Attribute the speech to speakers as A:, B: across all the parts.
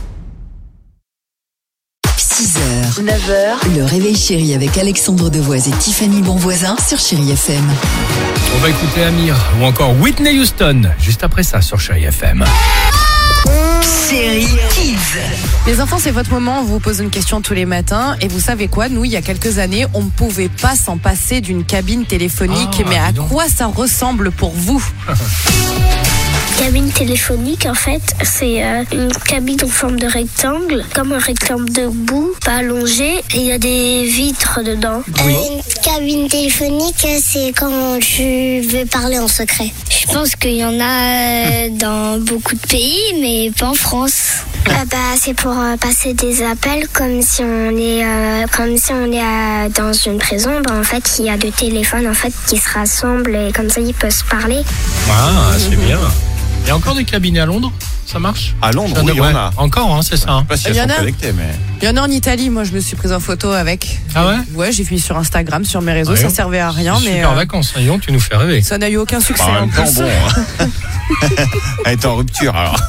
A: 6h, 9h, le réveil chéri avec Alexandre Devoise et Tiffany Bonvoisin sur Chéri FM.
B: On va écouter Amir ou encore Whitney Houston juste après ça sur Chéri FM.
A: Chéri Kids.
C: Les enfants, c'est votre moment. On vous pose une question tous les matins. Et vous savez quoi Nous, il y a quelques années, on ne pouvait pas s'en passer d'une cabine téléphonique.
B: Ah,
C: mais à
B: dis donc.
C: quoi ça ressemble pour vous
D: cabine téléphonique, en fait, c'est euh, une cabine en forme de rectangle, comme un rectangle debout, pas allongé, et il y a des vitres dedans. Euh, une cabine téléphonique, c'est quand tu veux parler en secret. Je pense qu'il y en a euh, dans beaucoup de pays, mais pas en France. bah, c'est pour passer des appels comme si on est euh, comme si on est euh, dans une prison. bah, en fait, il y a deux téléphones en fait qui se rassemblent et comme ça ils peuvent se parler.
B: Ah, c'est bien. Il y a encore des cabinets à Londres Ça marche
E: À Londres, oui, il y
B: Ouais.
E: en a.
B: Encore, hein, c'est ça. hein.
E: Je sais pas
C: Il
E: si
C: y
E: elles
C: en a.
E: sont connectées, mais.
C: Il y en a en Italie. Moi, je me suis prise en photo avec.
B: Ah ouais
C: Ouais, j'ai fini sur Instagram, sur mes réseaux.
B: Ouais.
C: Ça servait à rien.
B: C'est
C: Mais
B: Super
C: euh,
B: vacances, hein, dis donc, tu nous fais rêver.
C: ça n'a eu aucun succès.
E: Bah, en
C: en
E: même temps,
C: plus.
E: bon. hein. Elle est en rupture, alors.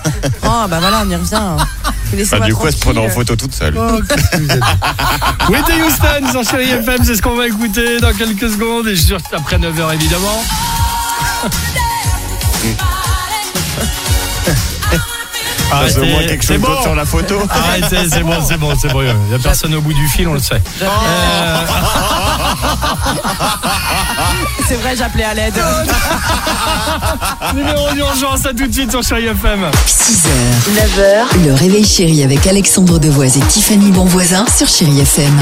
C: Ah, bah voilà, on y revient.
E: Bah,
C: Laissez-moi
E: du coup, elle se
C: tranquille.
E: prendre en photo toute seule.
C: Ah.
B: Whitney Houston sur Chéri FM, c'est ce qu'on va écouter dans quelques secondes et juste après 9h évidemment.
E: Passe Ah, au moins
B: Arrêtez,
E: quelque
B: c'est
E: chose
B: bon.
E: d'autre sur la photo.
C: Ah,
B: Arrêtez, c'est bon, c'est bon, c'est bon. Il n'y a personne au bout du fil, on le sait. Euh,
C: C'est vrai, j'appelais à l'aide.
B: Ah. numéro d'urgence, à tout de suite sur Chéri FM.
A: 6h, 9h, le réveil chéri avec Alexandre Devoise et Tiffany Bonvoisin sur Chéri FM.